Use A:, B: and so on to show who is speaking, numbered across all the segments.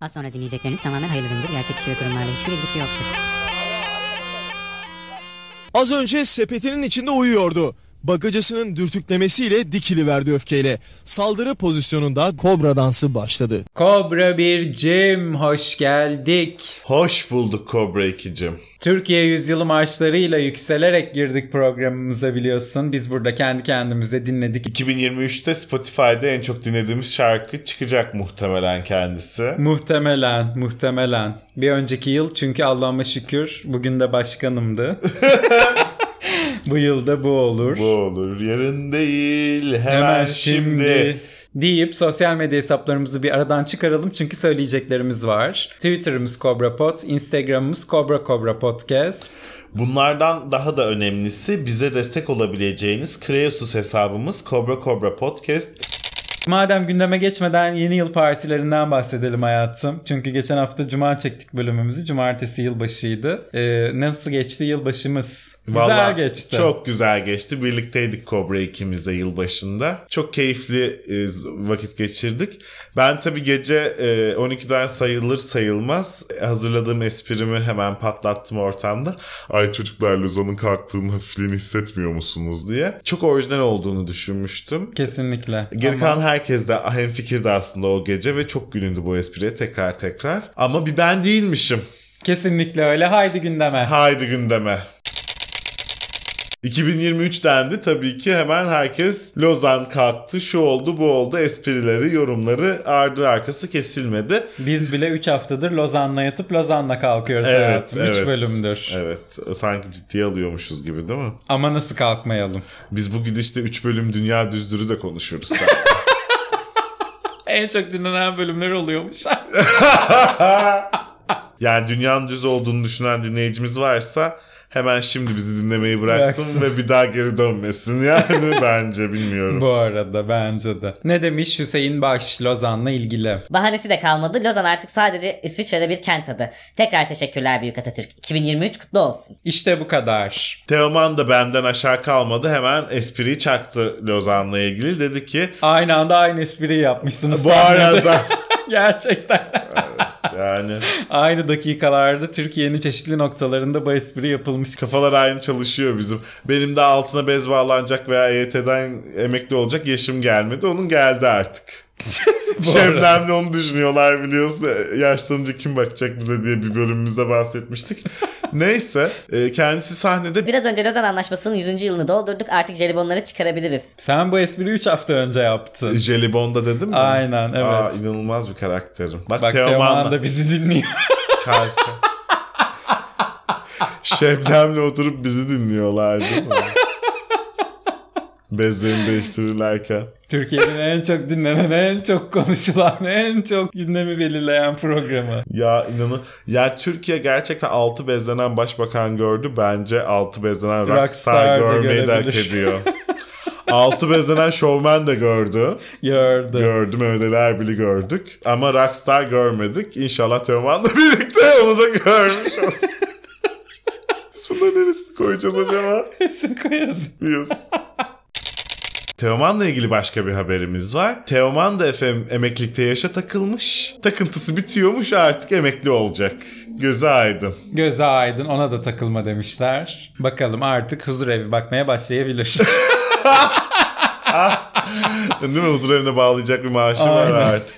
A: Az sonra dinleyecekleriniz tamamen hayırlı üründür. Gerçek kişi ve kurumlarla hiçbir ilgisi yoktur.
B: Az önce sepetinin içinde uyuyordu. Bagacısının dürtüklemesiyle dikiliverdi öfkeyle. Saldırı pozisyonunda kobra dansı başladı.
C: Kobra bir Cem hoş geldik.
D: Hoş bulduk Kobra 2'cim.
C: Türkiye Yüzyılı marşlarıyla yükselerek girdik programımıza biliyorsun. Biz burada kendi kendimize dinledik.
D: 2023'te Spotify'da en çok dinlediğimiz şarkı çıkacak muhtemelen kendisi.
C: Muhtemelen, muhtemelen. Bir önceki yıl çünkü Allah'ıma şükür bugün de başkanımdı. bu yılda bu olur.
D: Bu olur yarın değil hemen,
C: Hemen
D: şimdi.
C: şimdi deyip sosyal medya hesaplarımızı bir aradan çıkaralım çünkü söyleyeceklerimiz var. Twitter'ımız KobraPod, Instagram'ımız Kobra Kobra Podcast.
D: Bunlardan daha da önemlisi bize destek olabileceğiniz Kreosus hesabımız Kobra Kobra Podcast.
C: Madem gündeme geçmeden yeni yıl partilerinden bahsedelim hayatım. Çünkü geçen hafta cuma çektik bölümümüzü. Cumartesi yılbaşıydı. Ee, nasıl geçti yılbaşımız?
D: Vallahi
C: Güzel geçti.
D: Çok güzel geçti. Birlikteydik Kobra ikimiz de yılbaşında. Çok keyifli e, vakit geçirdik. Ben tabii gece e, 12'den sayılır sayılmaz e, hazırladığım esprimi hemen patlattım ortamda. Ay çocuklar Lozan'ın kalktığının hafifliğini hissetmiyor musunuz diye. Çok orijinal olduğunu düşünmüştüm.
C: Kesinlikle.
D: Geri
C: Ama
D: kalan herkes de hemfikirdi aslında o gece ve çok gülündü bu espriye tekrar tekrar. Ama bir ben değilmişim.
C: Kesinlikle öyle. Haydi gündeme.
D: Haydi gündeme. 2023 dendi tabii ki hemen herkes Lozan kalktı, şu oldu, bu oldu esprileri, yorumları ardı arkası kesilmedi.
C: Biz bile 3 haftadır Lozan'la yatıp Lozan'la kalkıyoruz
D: Evet,
C: hayatım. 3
D: evet.
C: bölümdür.
D: Evet, sanki ciddiye alıyormuşuz gibi değil mi?
C: Ama nasıl kalkmayalım?
D: Biz bu gidişte 3 bölüm dünya düzdürü de konuşuruz.
C: En çok dinlenen bölümler oluyormuş.
D: yani dünyanın düz olduğunu düşünen dinleyicimiz varsa hemen şimdi bizi dinlemeyi bıraksın,
C: Bıraksın.
D: ve bir daha geri dönmesin yani bence bilmiyorum.
C: Bu arada bence de. Ne demiş Hüseyin Baş Lozan'la ilgili?
E: Bahanesi de kalmadı. Lozan artık sadece İsviçre'de bir kent adı. Tekrar teşekkürler Büyük Atatürk. 2023 kutlu olsun.
C: İşte bu kadar.
D: Teoman da benden aşağı kalmadı. Hemen espriyi çaktı Lozan'la ilgili. Dedi ki
C: Aynı anda aynı espriyi yapmışsınız.
D: bu
C: sahnede.
D: arada
C: Gerçekten.
D: yani
C: aynı dakikalarda Türkiye'nin çeşitli noktalarında bu espri yapılmış.
D: kafalar aynı çalışıyor bizim. Benim de altına bez bağlanacak veya EYT'den emekli olacak yaşım gelmedi. Onun geldi artık. Şebnem'le onu düşünüyorlar biliyorsun. Yaşlanınca kim bakacak bize diye bir bölümümüzde bahsetmiştik. Neyse e, kendisi sahnede
E: Biraz önce Lozan Anlaşması'nın 100. yılını doldurduk. Artık jelibonları çıkarabiliriz.
C: Sen bu espriyi 3 hafta önce yaptın.
D: Jelibon'da dedim mi?
C: Aynen, evet.
D: Aa, inanılmaz bir karakterim. Bak,
C: Bak
D: Teoman'la-
C: Teoman da bizi dinliyor.
D: Harika. Şebnem'le oturup bizi dinliyorlar değil mi? Bezlerini değiştirirlerken.
C: Türkiye'nin en çok dinlenen, en çok konuşulan, en çok gündemi belirleyen programı.
D: Ya inanın. Ya Türkiye gerçekten altı bezlenen başbakan gördü. Bence altı bezlenen rockstar,
C: Rockstar da
D: görmeyi de hak
C: görebilir.
D: ediyor. altı bezlenen şovmen de gördü.
C: Gördüm.
D: Gördüm Mehmet Erbil'i gördük. Ama rockstar görmedik. İnşallah Teoman'la birlikte onu da görmüş olur. Şuna neresini koyacağız acaba?
C: Hepsini koyarız.
D: diyorsun. Teoman'la ilgili başka bir haberimiz var. Teoman da efendim emeklilikte yaşa takılmış. Takıntısı bitiyormuş artık emekli olacak. Gözü aydın.
C: Göze aydın ona da takılma demişler. Bakalım artık huzur evi bakmaya başlayabilir.
D: Değil mi? Huzur evine bağlayacak bir maaşı var
C: Aynen.
D: artık.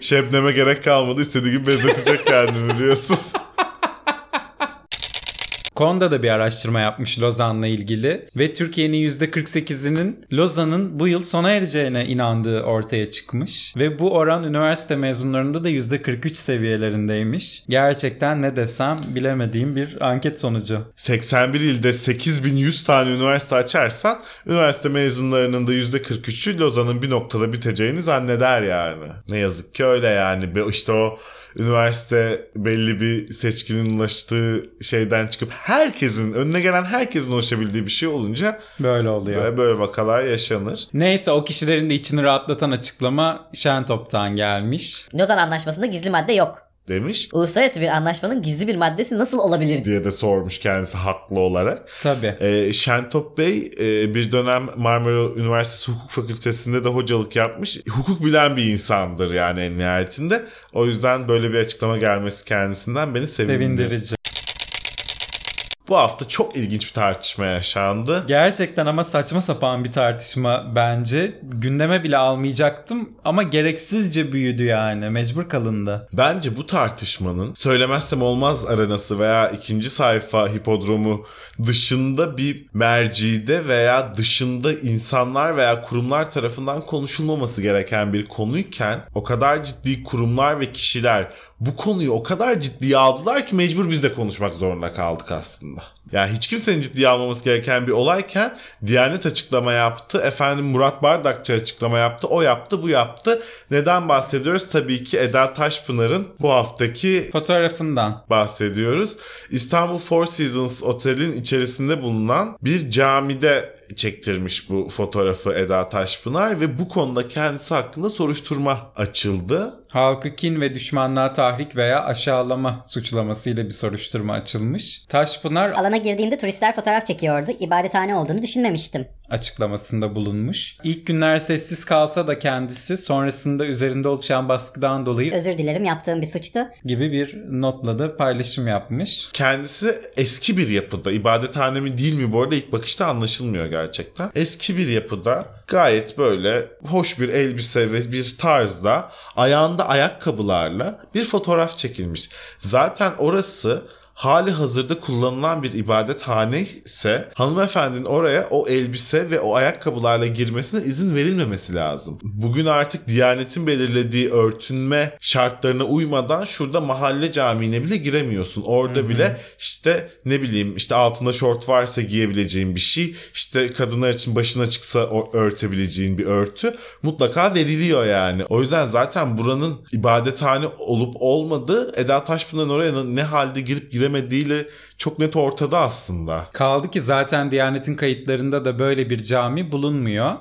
D: Şebnem'e gerek kalmadı. İstediği gibi benzetecek kendini diyorsun.
C: Konda da bir araştırma yapmış Lozan'la ilgili ve Türkiye'nin %48'inin Lozan'ın bu yıl sona ereceğine inandığı ortaya çıkmış. Ve bu oran üniversite mezunlarında da %43 seviyelerindeymiş. Gerçekten ne desem bilemediğim bir anket sonucu.
D: 81 ilde 8100 tane üniversite açarsan üniversite mezunlarının da %43'ü Lozan'ın bir noktada biteceğini zanneder yani. Ne yazık ki öyle yani. Be- İşte o üniversite belli bir seçkinin ulaştığı şeyden çıkıp herkesin önüne gelen herkesin ulaşabildiği bir şey olunca
C: Böyle oluyor.
D: böyle, böyle vakalar yaşanır.
C: Neyse o kişilerin de içini rahatlatan açıklama Şentop'tan gelmiş.
E: Lozan Anlaşması'nda gizli madde yok.
D: demiş
E: Uluslararası bir anlaşmanın gizli bir maddesi nasıl olabilir
D: diye de sormuş kendisi haklı olarak.
C: Tabii.
D: Ee, Şentop Bey e, bir dönem Marmara Üniversitesi Hukuk Fakültesinde de hocalık yapmış. Hukuk bilen bir insandır yani en nihayetinde. O yüzden böyle bir açıklama gelmesi kendisinden beni sevindirdi.
C: Sevindirici.
D: Bu hafta çok ilginç bir tartışma yaşandı.
C: Gerçekten ama saçma sapan bir tartışma bence. Gündeme bile almayacaktım ama gereksizce büyüdü yani. Mecbur kalındı.
D: Bence bu tartışmanın söylemezsem olmaz arenası veya ikinci sayfa hipodromu dışında bir mercide veya dışında insanlar veya kurumlar tarafından konuşulmaması gereken bir konuyken o kadar ciddi kurumlar ve kişiler bu konuyu o kadar ciddiye aldılar ki mecbur biz de konuşmak zorunda kaldık aslında. Yani hiç kimsenin ciddiye almaması gereken bir olayken Diyanet açıklama yaptı. Efendim Murat Bardakçı açıklama yaptı. O yaptı bu yaptı. Neden bahsediyoruz? Tabii ki Eda Taşpınar'ın bu haftaki
C: Fotoğrafından.
D: bahsediyoruz. İstanbul Four Seasons Otel'in içerisinde bulunan bir camide çektirmiş bu fotoğrafı Eda Taşpınar ve bu konuda kendisi hakkında soruşturma açıldı.
C: Halkı kin ve düşmanlığa tahrik veya aşağılama suçlamasıyla bir soruşturma açılmış. Taşpınar
F: Alana girdiğimde turistler fotoğraf çekiyordu. İbadethane olduğunu düşünmemiştim.
C: açıklamasında bulunmuş. İlk günler sessiz kalsa da kendisi sonrasında üzerinde oluşan baskıdan dolayı
F: Özür dilerim yaptığım bir suçtu.
C: gibi bir notla da paylaşım yapmış.
D: Kendisi eski bir yapıda. ibadethane mi değil mi bu arada ilk bakışta anlaşılmıyor gerçekten. Eski bir yapıda gayet böyle hoş bir elbise ve bir tarzda ayağında ayakkabılarla bir fotoğraf çekilmiş. Zaten orası hali hazırda kullanılan bir ibadethane ise hanımefendinin oraya o elbise ve o ayakkabılarla girmesine izin verilmemesi lazım. Bugün artık Diyanet'in belirlediği örtünme şartlarına uymadan şurada mahalle camiine bile giremiyorsun. Orada bile işte ne bileyim işte altında şort varsa giyebileceğin bir şey, işte kadınlar için başına çıksa o- örtebileceğin bir örtü mutlaka veriliyor yani. O yüzden zaten buranın ibadethane olup olmadığı Eda Taşpınar'ın oraya ne halde girip giremediğiyle çok net ortada aslında.
C: Kaldı ki zaten Diyanet'in kayıtlarında da böyle bir cami bulunmuyor.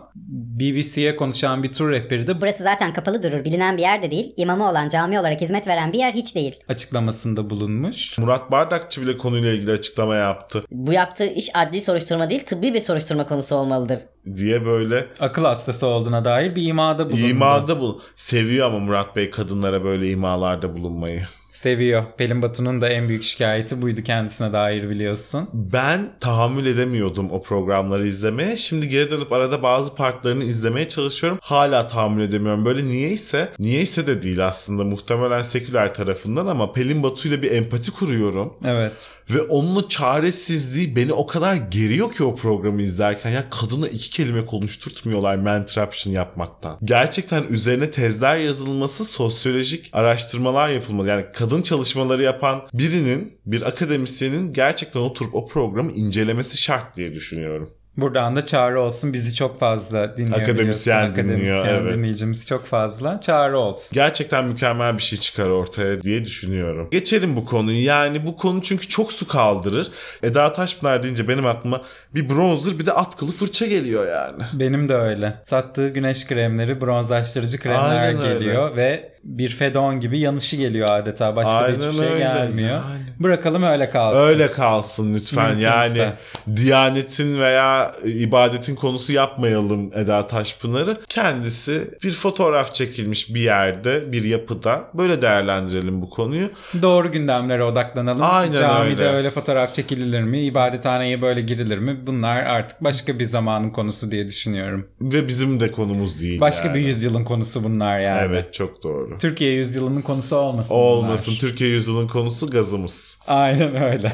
C: BBC'ye konuşan bir tur rehberi de bu
F: Burası zaten kapalı durur. Bilinen bir yer de değil. İmamı olan cami olarak hizmet veren bir yer hiç değil.
C: açıklamasında bulunmuş.
D: Murat Bardakçı bile konuyla ilgili açıklama yaptı
E: Bu yaptığı iş adli soruşturma değil tıbbi bir soruşturma konusu olmalıdır.
D: diye böyle
C: Akıl hastası olduğuna dair bir imada bulundu.
D: imada bul. Seviyor ama Murat Bey kadınlara böyle imalarda bulunmayı.
C: Seviyor. Pelin Batu'nun da en büyük şikayeti buydu kendisine dair biliyorsun.
D: Ben tahammül edemiyordum o programları izlemeye. Şimdi geri dönüp arada bazı partlarını izlemeye çalışıyorum. Hala tahammül edemiyorum. Böyle niyeyse, niyeyse de değil aslında muhtemelen seküler tarafından ama Pelin Batu ile bir empati kuruyorum.
C: Evet.
D: Ve onun o çaresizliği beni o kadar geriyor ki o programı izlerken. Ya kadına iki kelime konuşturtmuyorlar mantraption yapmaktan. Gerçekten üzerine tezler yazılması, sosyolojik araştırmalar yapılması. Yani kadın çalışmaları yapan birinin, bir akademisyenin gerçekten oturup o programı incelemesi şart diye düşünüyorum.
C: Buradan da çağrı olsun bizi çok fazla dinliyor.
D: Akademisyen
C: biliyorsun.
D: dinliyor,
C: Akademisyen
D: evet.
C: dinleyicimiz çok fazla. Çağrı olsun.
D: Gerçekten mükemmel bir şey çıkar ortaya diye düşünüyorum. Geçelim bu konuyu. Yani bu konu çünkü çok su kaldırır. Eda Taşpınar deyince benim aklıma bir bronzer bir de atkılı fırça geliyor yani.
C: Benim de öyle. Sattığı güneş kremleri, bronzlaştırıcı kremler
D: Aynen öyle.
C: geliyor ve bir fedon gibi yanışı geliyor adeta. Başka da hiçbir
D: Aynen
C: şey
D: öyle,
C: gelmiyor.
D: aynen.
C: Bırakalım öyle kalsın.
D: Öyle kalsın lütfen.
C: Mümkünse.
D: Yani diyanetin veya ibadetin konusu yapmayalım Eda Taşpınar'ı. Kendisi bir fotoğraf çekilmiş bir yerde, bir yapıda. Böyle değerlendirelim bu konuyu.
C: Doğru gündemlere odaklanalım.
D: Aynen
C: Camide
D: öyle.
C: öyle. fotoğraf çekililir mi? İbadethaneye böyle girilir mi? Bunlar artık başka bir zamanın konusu diye düşünüyorum.
D: Ve bizim de konumuz değil.
C: Başka
D: yani.
C: bir yüzyılın konusu bunlar yani.
D: Evet çok doğru.
C: Türkiye yüzyılının konusu olmasın.
D: Olmasın.
C: bunlar.
D: Türkiye yüzyılın konusu gazımız.
C: Aynen öyle.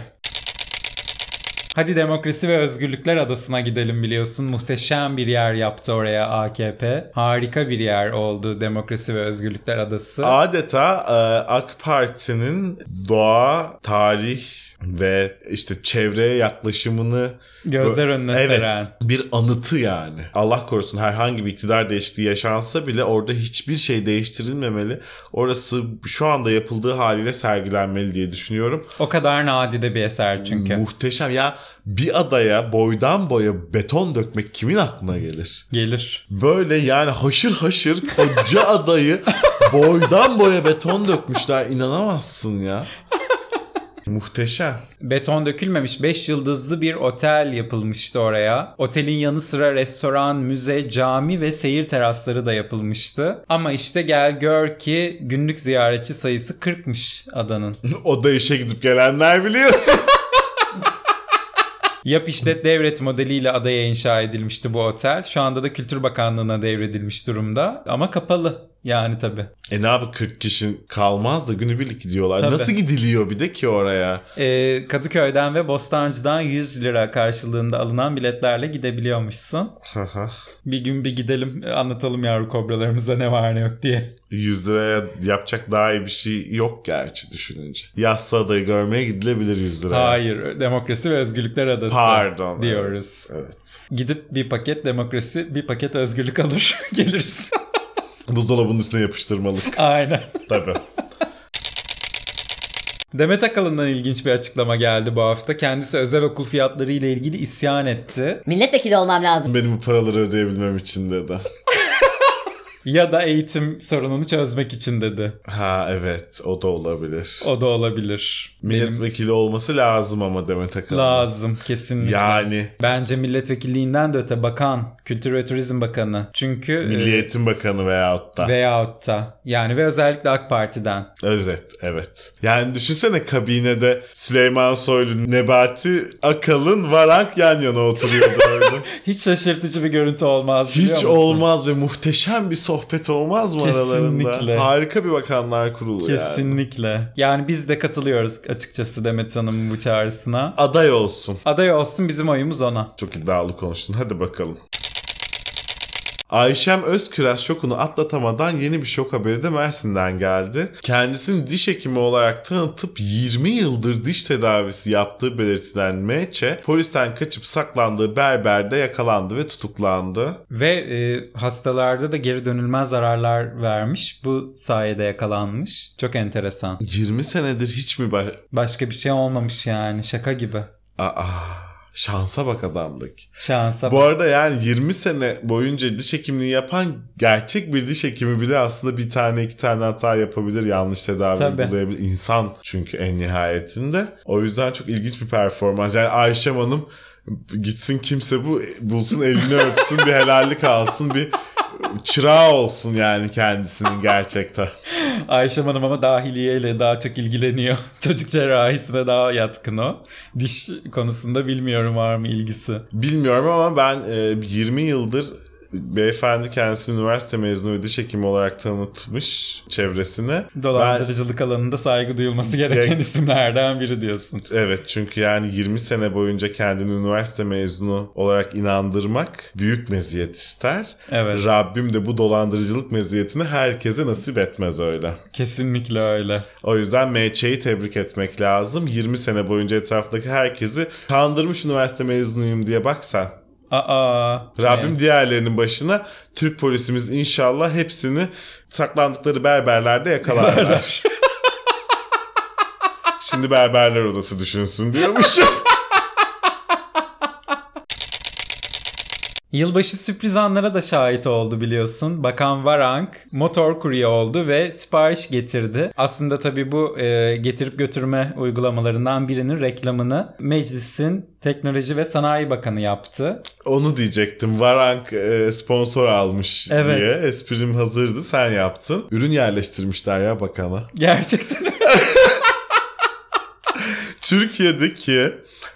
C: Hadi demokrasi ve özgürlükler adasına gidelim biliyorsun. Muhteşem bir yer yaptı oraya AKP. Harika bir yer oldu demokrasi ve özgürlükler adası.
D: Adeta e, AK Parti'nin doğa, tarih ve işte çevreye yaklaşımını
C: Gözler önüne
D: evet,
C: seren.
D: bir anıtı yani. Allah korusun herhangi bir iktidar değişikliği yaşansa bile orada hiçbir şey değiştirilmemeli. Orası şu anda yapıldığı haliyle sergilenmeli diye düşünüyorum.
C: O kadar nadide bir eser çünkü.
D: Muhteşem ya bir adaya boydan boya beton dökmek kimin aklına gelir?
C: Gelir.
D: Böyle yani haşır haşır koca adayı boydan boya beton dökmüşler. İnanamazsın ya. Muhteşem.
C: Beton dökülmemiş 5 yıldızlı bir otel yapılmıştı oraya. Otelin yanı sıra restoran, müze, cami ve seyir terasları da yapılmıştı. Ama işte gel gör ki günlük ziyaretçi sayısı 40'mış adanın.
D: O da işe gidip gelenler biliyorsun.
C: Yap işlet devret modeliyle adaya inşa edilmişti bu otel. Şu anda da Kültür Bakanlığı'na devredilmiş durumda. Ama kapalı yani tabii.
D: E ne yapıp 40 kişi kalmaz da günübirlik gidiyorlar.
C: Tabii.
D: Nasıl gidiliyor bir de ki oraya?
C: Ee, Kadıköy'den ve Bostancı'dan 100 lira karşılığında alınan biletlerle gidebiliyormuşsun.
D: Haha.
C: Bir gün bir gidelim anlatalım yavru kobralarımıza ne var ne yok diye.
D: 100 liraya yapacak daha iyi bir şey yok gerçi düşününce. Yassı adayı görmeye gidilebilir 100 liraya.
C: Hayır, demokrasi ve özgürlükler adası
D: Pardon.
C: diyoruz.
D: Evet, evet.
C: Gidip bir paket demokrasi, bir paket özgürlük alır geliriz.
D: Buzdolabının üstüne yapıştırmalık
C: Aynen.
D: tabii.
C: Demet Akalın'dan ilginç bir açıklama geldi bu hafta. Kendisi özel okul fiyatları ile ilgili isyan etti.
E: Milletvekili olmam lazım.
D: Benim bu paraları ödeyebilmem için dedi.
C: Ya da eğitim sorununu çözmek için dedi.
D: Ha evet o da olabilir.
C: O da olabilir. Benim
D: Milletvekili olması lazım ama Demet Akalın.
C: lazım kesinlikle.
D: Yani
C: Bence milletvekilliğinden de öte bakan, Kültür ve Turizm Bakanı. Çünkü e,
D: Milli Eğitim Bakanı veyahut da.
C: veyahut da yani ve özellikle AK Parti'den.
D: Evet, evet. Yani düşünsene kabinede Süleyman Soylu, Nebati, Akalın, Varank yan yana oturuyordu orada.
C: Hiç şaşırtıcı bir görüntü olmaz biliyor
D: Hiç
C: musun?
D: olmaz ve muhteşem bir sohbet olmaz mı
C: Kesinlikle.
D: aralarında? Harika bir bakanlar kurulu yani.
C: Kesinlikle. Yani biz de katılıyoruz açıkçası Demet Hanım'ın bu çağrısına.
D: Aday olsun.
C: Aday olsun bizim oyumuz ona.
D: Çok iddialı konuştun. Hadi bakalım. Ayşem Özküren şokunu atlatamadan yeni bir şok haberi de Mersin'den geldi. Kendisini diş hekimi olarak tanıtıp 20 yıldır diş tedavisi yaptığı belirtilen Meçe, polisten kaçıp saklandığı berberde yakalandı ve tutuklandı.
C: Ve e, hastalarda da geri dönülmez zararlar vermiş. Bu sayede yakalanmış. Çok enteresan.
D: 20 senedir hiç mi... Ba-
C: Başka bir şey olmamış yani şaka gibi.
D: Aa, şansa bak adamdaki.
C: Şansa
D: Bu
C: bak.
D: arada yani 20 sene boyunca diş hekimliği yapan gerçek bir diş hekimi bile aslında bir tane iki tane hata yapabilir. Yanlış tedavi
C: Tabii.
D: bulayabilir. İnsan çünkü en nihayetinde. O yüzden çok ilginç bir performans. Yani Ayşem Hanım gitsin kimse bu bulsun elini öpsün bir helallik alsın bir çırağı olsun yani kendisinin gerçekten.
C: Ayşem Hanım ama dahiliyeyle daha çok ilgileniyor. Çocuk cerrahisine daha yatkın o. Diş konusunda bilmiyorum var mı ilgisi.
D: Bilmiyorum ama ben e, 20 yıldır beyefendi kendisini üniversite mezunu ve diş hekimi olarak tanıtmış çevresine. Ben-
C: Dolandırıcılık alanında saygı duyulması gereken
D: Gerek-
C: isimlerden biri diyorsun.
D: Evet çünkü yani 20 sene boyunca kendini üniversite mezunu olarak inandırmak büyük meziyet ister.
C: Evet.
D: Rabbim de bu dolandırıcılık meziyetini herkese nasip etmez öyle.
C: Kesinlikle öyle.
D: O yüzden MÇ'yi tebrik etmek lazım. 20 sene boyunca etraftaki herkesi kandırmış üniversite mezunuyum diye bak sen.
C: Aa.
D: Rabbim
C: neyse.
D: diğerlerinin başına Türk polisimiz inşallah hepsini saklandıkları berberlerde yakalarlar. Şimdi berberler odası düşünsün diyormuşum.
C: Yılbaşı sürpriz anlara da şahit oldu biliyorsun. Bakan Varank motor kurye oldu ve sipariş getirdi. Aslında tabii bu e, getirip götürme uygulamalarından birinin reklamını meclisin Teknoloji ve Sanayi Bakanı yaptı.
D: Onu diyecektim. Varank e, sponsor almış
C: Evet.
D: diye. Esprim hazırdı. Sen yaptın. Ürün yerleştirmişler ya bakana.
C: Gerçekten
D: Türkiye'deki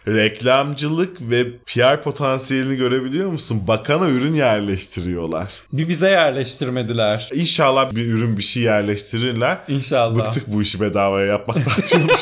D: reklamcılık ve PR potansiyelini görebiliyor musun? Bakana ürün yerleştiriyorlar.
C: bir bize yerleştirmediler.
D: İnşallah bir ürün bir şey yerleştirirler.
C: İnşallah.
D: Bıktık bu işi bedavaya yapmaktan diyormuş.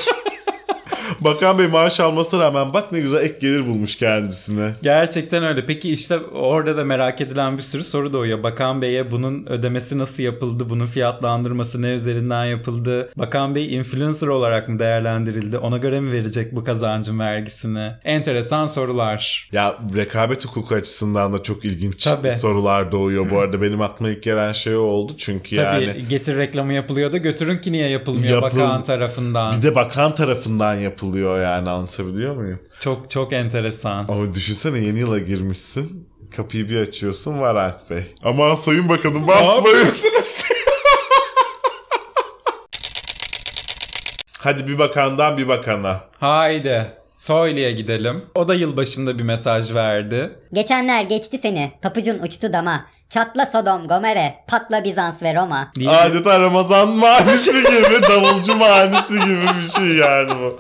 D: Bakan Bey maaş almasına rağmen bak ne güzel ek gelir bulmuş kendisine.
C: Gerçekten öyle. Peki işte orada da merak edilen bir sürü soru doğuyor. Bakan Bey'e bunun ödemesi nasıl yapıldı? Bunun fiyatlandırması ne üzerinden yapıldı? Bakan Bey influencer olarak mı değerlendirildi? Ona göre mi verecek bu kazancın vergisini? Enteresan sorular.
D: Ya rekabet hukuku açısından da çok ilginç
C: Tabii.
D: sorular doğuyor bu arada. Benim aklıma ilk gelen şey o oldu çünkü yani
C: Tabii getir reklamı yapılıyor da götürün ki niye yapılmıyor
D: Yapıl-
C: bakan tarafından.
D: bir de bakan tarafından yapılıyor. yapılıyor yani anlatabiliyor muyum?
C: Çok çok enteresan.
D: Ama düşünsene yeni yıla girmişsin. Kapıyı bir açıyorsun var Alp Bey. Aman sayın bakanım basmıyorsunuz. Hadi bir bakandan bir bakana.
C: Haydi. Soylu'ya gidelim. O da yılbaşında bir mesaj verdi.
F: Geçenler geçti seni. Papucun uçtu dama. Çatla Sodom, Gomere. Patla Bizans ve Roma.
C: Diye-
D: Adeta Ramazan manisi gibi, davulcu manisi gibi bir şey yani bu.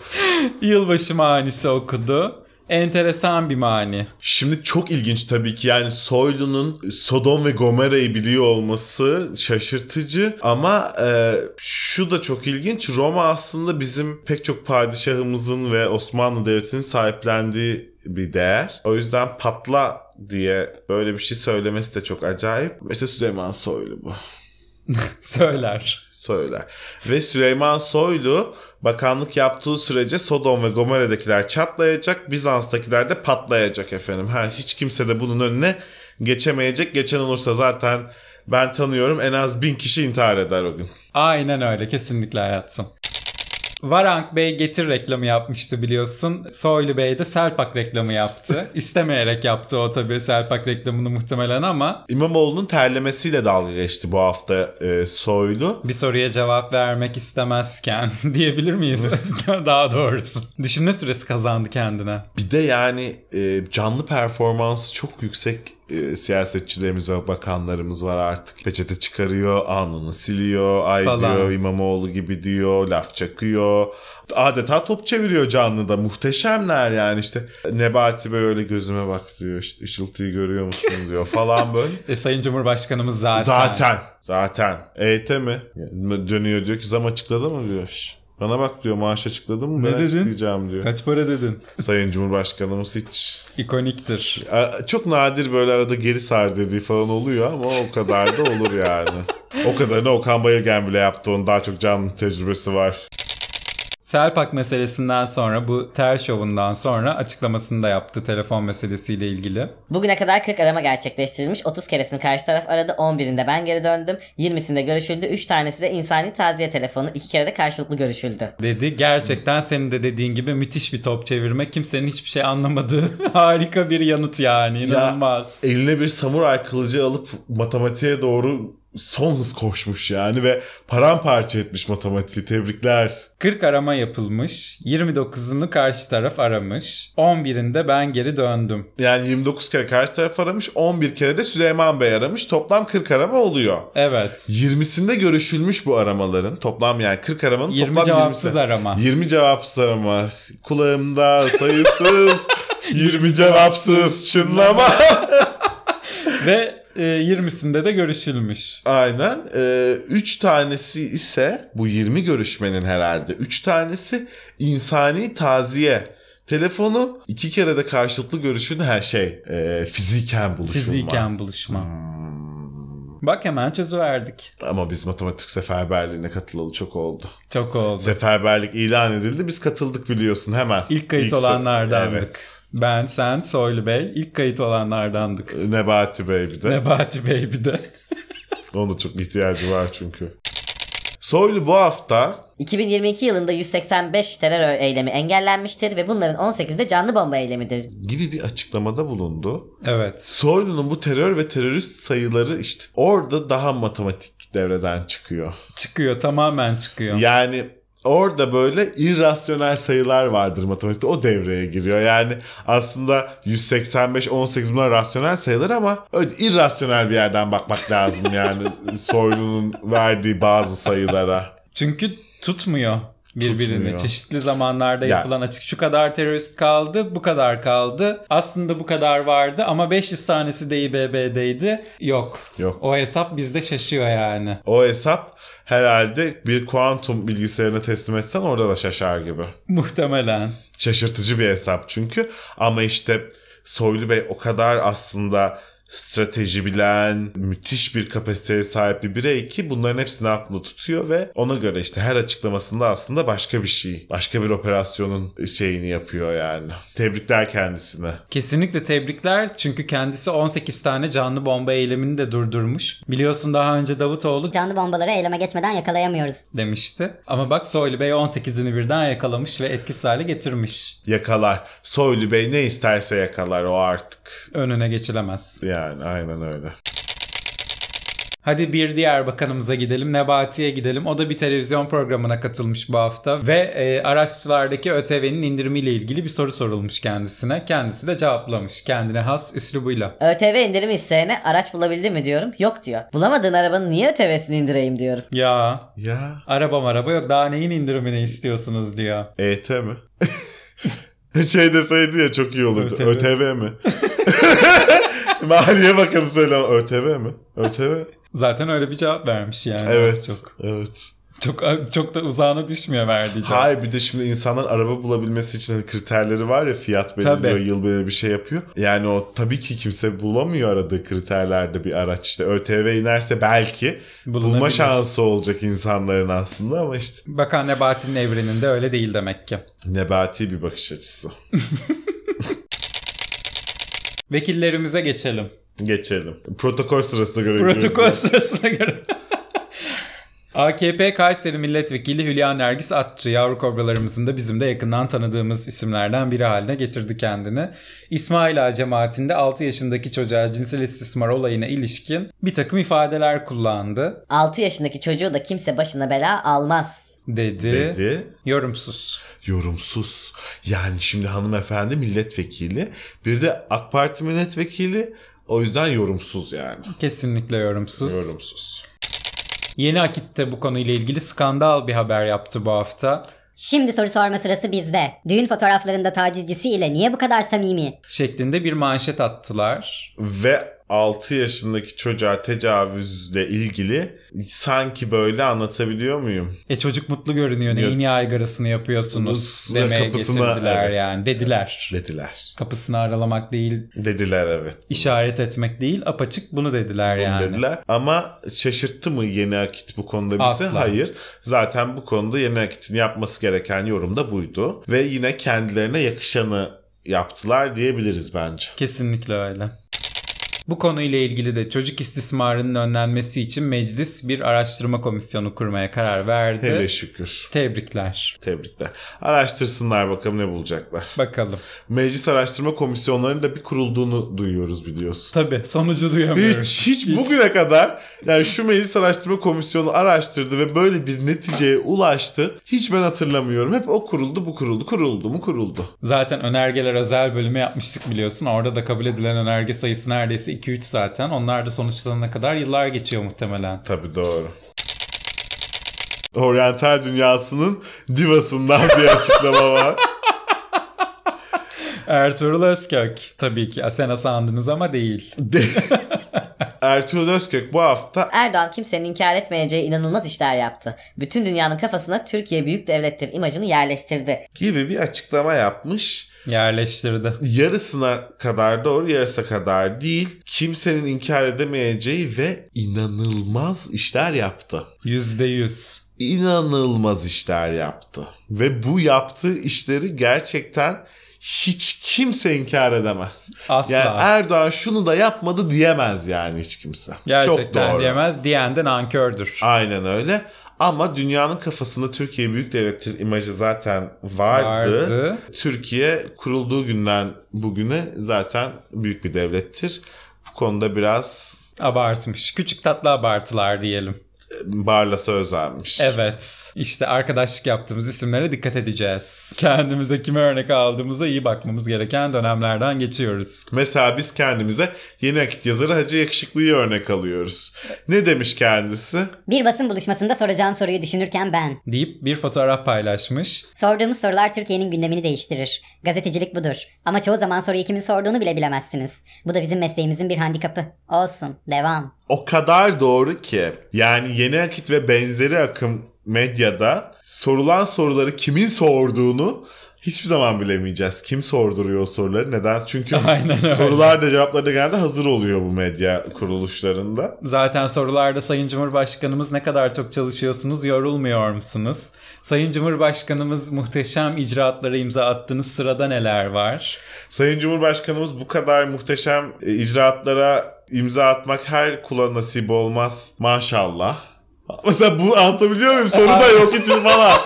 C: Yılbaşı manisi okudu. Enteresan bir mani.
D: Şimdi çok ilginç tabii ki yani Soylu'nun Sodom ve Gomera'yı biliyor olması şaşırtıcı ama e, şu da çok ilginç Roma aslında bizim pek çok padişahımızın ve Osmanlı Devleti'nin sahiplendiği bir değer. O yüzden patla diye böyle bir şey söylemesi de çok acayip. İşte Süleyman Soylu bu
C: Söyler.
D: söyler. Ve Süleyman Soylu bakanlık yaptığı sürece Sodom ve Gomera'dakiler çatlayacak, Bizans'takiler de patlayacak efendim. Ha, hiç kimse de bunun önüne geçemeyecek. Geçen olursa zaten ben tanıyorum en az bin kişi intihar eder o gün.
C: Aynen öyle kesinlikle hayatım. Varank Bey getir reklamı yapmıştı biliyorsun. Soylu Bey de Selpak reklamı yaptı. İstemeyerek yaptı o tabii Selpak reklamını muhtemelen ama
D: İmamoğlu'nun terlemesiyle dalga geçti bu hafta e, Soylu.
C: bir soruya cevap vermek istemezken diyebilir miyiz? Daha doğrusu. Düşünme süresi kazandı kendine.
D: Bir de yani e, canlı performansı çok yüksek e, siyasetçilerimiz ve bakanlarımız var artık. Peçete çıkarıyor, alnını siliyor, ay
C: Falan.
D: diyor İmamoğlu gibi diyor, laf çakıyor. Adeta top çeviriyor canlıda. Muhteşemler yani işte. Nebati böyle gözüme bak diyor. işte ışıltıyı görüyor musun diyor falan böyle.
C: E, Sayın Cumhurbaşkanımız zaten.
D: Zaten. Zaten. EYT mi? Yani Dönüyor diyor ki zam açıkladı mı diyor. "Şş, Bana bak diyor maaş açıkladı mı?
C: Ne
D: ben
C: dedin?
D: açıklayacağım diyor.
C: Kaç para dedin?
D: Sayın Cumhurbaşkanımız hiç
C: İkoniktir.
D: Ara- Ee, Çok nadir böyle arada geri sar dediği falan oluyor ama o kadar da olur yani. O kadarını Okan Bayülgen bile yaptı. Onun daha çok canlı tecrübesi var.
C: Selpak meselesinden sonra bu ter şovundan sonra açıklamasını da yaptı telefon meselesiyle ilgili.
E: Bugüne kadar 40 arama gerçekleştirilmiş. 30 keresini karşı taraf aradı. 11'inde ben geri döndüm. 20'sinde görüşüldü. 3 tanesi de insani taziye telefonu. 2 kere de karşılıklı görüşüldü.
C: Dedi gerçekten senin de dediğin gibi müthiş bir top çevirme. Kimsenin hiçbir şey anlamadığı harika bir yanıt yani inanılmaz.
D: Eline bir samuray kılıcı alıp matematiğe doğru son hız koşmuş yani ve paramparça etmiş matematiği. Tebrikler.
C: 40 arama yapılmış. 29'unu karşı taraf aramış. 11'inde ben geri döndüm.
D: Yani 29 kere karşı taraf aramış, 11 kere de Süleyman Bey aramış. Toplam 40 arama oluyor.
C: Evet.
D: 20'sinde görüşülmüş bu aramaların. Toplam yani 40 aramanın
C: 20
D: toplam 20'si.
C: cevapsız arama.
D: 20 cevapsız arama. Kulağımda sayısız 20 cevapsız çınlama.
C: Ve e, 20'sinde de görüşülmüş.
D: Aynen. 3 tanesi ise bu 20 görüşmenin herhalde 3 tanesi insani taziye telefonu iki kere de karşılıklı görüşün her şey e, fiziken buluşulma. Hmm.
C: Fiziken buluşma. Bak hemen çözüverdik.
D: Ama biz matematik seferberliğine katılalı çok oldu.
C: Çok oldu.
D: Seferberlik ilan edildi. Biz katıldık biliyorsun hemen.
C: İlk kayıt
D: se-
C: olanlardandık.
D: Evet.
C: Ben, sen, Soylu Bey ilk kayıt olanlardandık.
D: Nebati Bey bir de.
C: Nebati Bey bir de.
D: Ona çok ihtiyacı var çünkü. Soylu bu hafta
E: 2022 yılında 185 terör eylemi engellenmiştir ve bunların 18'i de canlı bomba eylemidir.
D: gibi bir açıklamada bulundu.
C: evet.
D: Soylu'nun bu terör ve terörist sayıları işte orada daha matematik devreden çıkıyor.
C: Çıkıyor tamamen çıkıyor.
D: Yani orada böyle irrasyonel sayılar vardır matematikte. O devreye giriyor. Yani aslında 185, 18 bunlar rasyonel sayılar ama öyle irrasyonel bir yerden bakmak lazım yani Soylu'nun verdiği bazı sayılara.
C: Çünkü tutmuyor birbirini.
D: Tutmuyor.
C: Çeşitli zamanlarda
D: Ya-
C: yapılan açık şu kadar terörist kaldı, bu kadar kaldı. Aslında bu kadar vardı ama 500 tanesi de İBB'deydi. Yok.
D: Yok.
C: O hesap bizde şaşıyor yani.
D: O hesap herhalde bir kuantum bilgisayarına teslim etsen orada da şaşar gibi.
C: Muhtemelen.
D: Şaşırtıcı bir hesap çünkü. Ama işte Soylu Bey o kadar aslında strateji bilen, müthiş bir kapasiteye sahip bir birey ki bunların hepsini aklında tutuyor ve ona göre işte her açıklamasında aslında başka bir şey, başka bir operasyonun şeyini yapıyor yani. Tebrikler kendisine.
C: Kesinlikle tebrikler çünkü kendisi 18 tane canlı bomba eylemini de durdurmuş. Biliyorsun daha önce Davutoğlu
F: Canlı bombaları eyleme geçmeden yakalayamıyoruz.
C: demişti. Ama bak Soylu Bey 18'ini birden yakalamış ve etkisiz hale getirmiş.
D: Yakalar. Soylu Bey ne isterse yakalar o artık.
C: Önüne geçilemez.
D: Yani aynen öyle.
C: Hadi bir diğer bakanımıza gidelim. Nebati'ye gidelim. O da bir televizyon programına katılmış bu hafta ve e, araçlardaki ÖTV'nin indirimiyle ilgili bir soru sorulmuş kendisine. Kendisi de cevaplamış. Kendine has üslubuyla.
E: ÖTV indirimi isteyene araç bulabildin mi diyorum. Yok diyor. Bulamadığın arabanın niye ÖTV'sini indireyim diyorum.
C: Ya
D: Ya
C: araba araba yok daha neyin indirimini istiyorsunuz diyor.
D: ET E mi? şey deseydi ya çok iyi olurdu.
C: ÖTV.
D: ÖTV, mi? Maliye Bakanı söyle ÖTV mi? ÖTV.
C: Zaten öyle bir cevap vermiş yani. az
D: evet.
C: Çok,
D: Evet.
C: çok, çok da uzağına düşmüyor verdiği cevap.
D: Hayır bir de şimdi insanlar araba bulabilmesi için hani kriterleri var ya fiyat belirliyor,
C: Tabii.
D: yıl belirliyor bir şey yapıyor. Yani o tabii ki kimse bulamıyor aradığı kriterlerde bir araç. İşte ÖTV inerse belki bulma
C: Bulunabilir.
D: şansı olacak insanların aslında ama işte
C: Bakan Nebati'nin evreninde öyle değil demek ki.
D: nebati bir bakış açısı.
C: Vekillerimize geçelim.
D: Geçelim. Protokol sırasına göre
C: Protokol
D: gidiyoruz.
C: sırasına göre. AKP Kayseri Milletvekili Hülya Nergis Atçı yavru kobralarımızın da bizim de yakından tanıdığımız isimlerden biri haline getirdi kendini. İsmail Ağa cemaatinde 6 yaşındaki çocuğa cinsel istismar olayına ilişkin bir takım ifadeler kullandı
E: 6 yaşındaki çocuğu da kimse başına bela almaz.
C: dedi.
D: dedi.
C: Yorumsuz.
D: yorumsuz. Yani şimdi hanımefendi milletvekili bir de AK Parti milletvekili o yüzden yorumsuz yani.
C: Kesinlikle yorumsuz.
D: Yorumsuz.
C: Yeni Akit'te bu konuyla ilgili skandal bir haber yaptı bu hafta.
F: Şimdi soru sorma sırası bizde. Düğün fotoğraflarında tacizcisiyle niye bu kadar samimi?
C: Şeklinde bir manşet attılar.
D: Ve 6 yaşındaki çocuğa tecavüzle ilgili sanki böyle anlatabiliyor muyum?
C: E çocuk mutlu görünüyor. Neyin yaygarasını yapıyorsunuz
D: Mutlu
C: demeye
D: kapısına,
C: getirdiler
D: evet.
C: yani. Dediler.
D: Dediler.
C: Kapısını aralamak değil,
D: Dediler evet.
C: işaret etmek değil. Apaçık bunu dediler
D: Bunu
C: yani.
D: dediler. Ama şaşırttı mı Yeni Akit bu konuda bizi?
C: Asla.
D: Hayır. Zaten bu konuda Yeni Akit'in yapması gereken yorum da buydu. Ve yine kendilerine yakışanı yaptılar diyebiliriz bence.
C: Kesinlikle öyle. Bu konuyla ilgili de çocuk istismarının önlenmesi için meclis bir araştırma komisyonu kurmaya karar verdi.
D: Hele şükür.
C: Tebrikler.
D: Tebrikler. Araştırsınlar bakalım ne bulacaklar.
C: Bakalım.
D: Meclis araştırma komisyonlarının da bir kurulduğunu duyuyoruz biliyorsun.
C: Tabii sonucu duyamıyoruz.
D: Hiç, hiç bugüne kadar yani şu meclis araştırma komisyonu araştırdı ve böyle bir neticeye ulaştı. Hiç ben hatırlamıyorum. Hep o kuruldu bu kuruldu. Kuruldu mu kuruldu.
C: Zaten önergeler özel bölümü yapmıştık biliyorsun. Orada da kabul edilen önerge sayısı neredeyse 2-3 zaten. Onlar da sonuçlanana kadar yıllar geçiyor muhtemelen.
D: Tabii doğru. Oryantal dünyasının divasından bir açıklama var.
C: Ertuğrul Özkök. Tabii ki Asena sandınız ama değil.
D: Ertuğrul Özkök bu hafta
E: Erdoğan kimsenin inkar etmeyeceği inanılmaz işler yaptı. Bütün dünyanın kafasına Türkiye büyük devlettir imajını yerleştirdi.
D: gibi bir açıklama yapmış.
C: Yerleştirdi.
D: yarısına kadar doğru yarısına kadar değil kimsenin inkar edemeyeceği ve inanılmaz işler yaptı.
C: Yüzde yüz.
D: İnanılmaz işler yaptı. Ve bu yaptığı işleri gerçekten hiç kimse inkar edemez.
C: Asla.
D: Yani Erdoğan şunu da yapmadı diyemez yani hiç kimse.
C: Gerçekten
D: Çok doğru.
C: diyemez. Diyen de nankördür.
D: Aynen öyle. Ama dünyanın kafasında Türkiye büyük devlettir imajı zaten vardı.
C: Vardı.
D: Türkiye kurulduğu günden bugüne zaten büyük bir devlettir. Bu konuda biraz e,
C: Abartmış. Küçük tatlı abartılar diyelim.
D: barlasa özelmiş.
C: Evet. İşte arkadaşlık yaptığımız isimlere dikkat edeceğiz. Kendimize kime örnek aldığımıza iyi bakmamız gereken dönemlerden geçiyoruz.
D: Mesela biz kendimize yeni akit yazarı Hacı Yakışıklı'yı örnek alıyoruz. Ne demiş kendisi?
F: Bir basın buluşmasında soracağım soruyu düşünürken ben.
C: Deyip bir fotoğraf paylaşmış.
F: Sorduğumuz sorular Türkiye'nin gündemini değiştirir. Gazetecilik budur. Ama çoğu zaman soruyu kimin sorduğunu bile bilemezsiniz. Bu da bizim mesleğimizin bir handikapı. Olsun, devam.
D: O kadar doğru ki yani yeni akit ve benzeri akım medyada sorulan soruları kimin sorduğunu hiçbir zaman bilemeyeceğiz. Kim sorduruyor o soruları? Neden? Çünkü
C: Aynen öyle.
D: sorular da cevaplar da genelde hazır oluyor bu medya kuruluşlarında.
C: Zaten sorularda Sayın Cumhurbaşkanımız ne kadar çok çalışıyorsunuz, yorulmuyor musunuz? Sayın Cumhurbaşkanımız muhteşem icraatlara imza attığınız sırada neler var?
D: Sayın Cumhurbaşkanımız bu kadar muhteşem e, icraatlara imza atmak her kula nasip olmaz. Maşallah. Mesela bu anlatabiliyor muyum? Soru da yok için falan.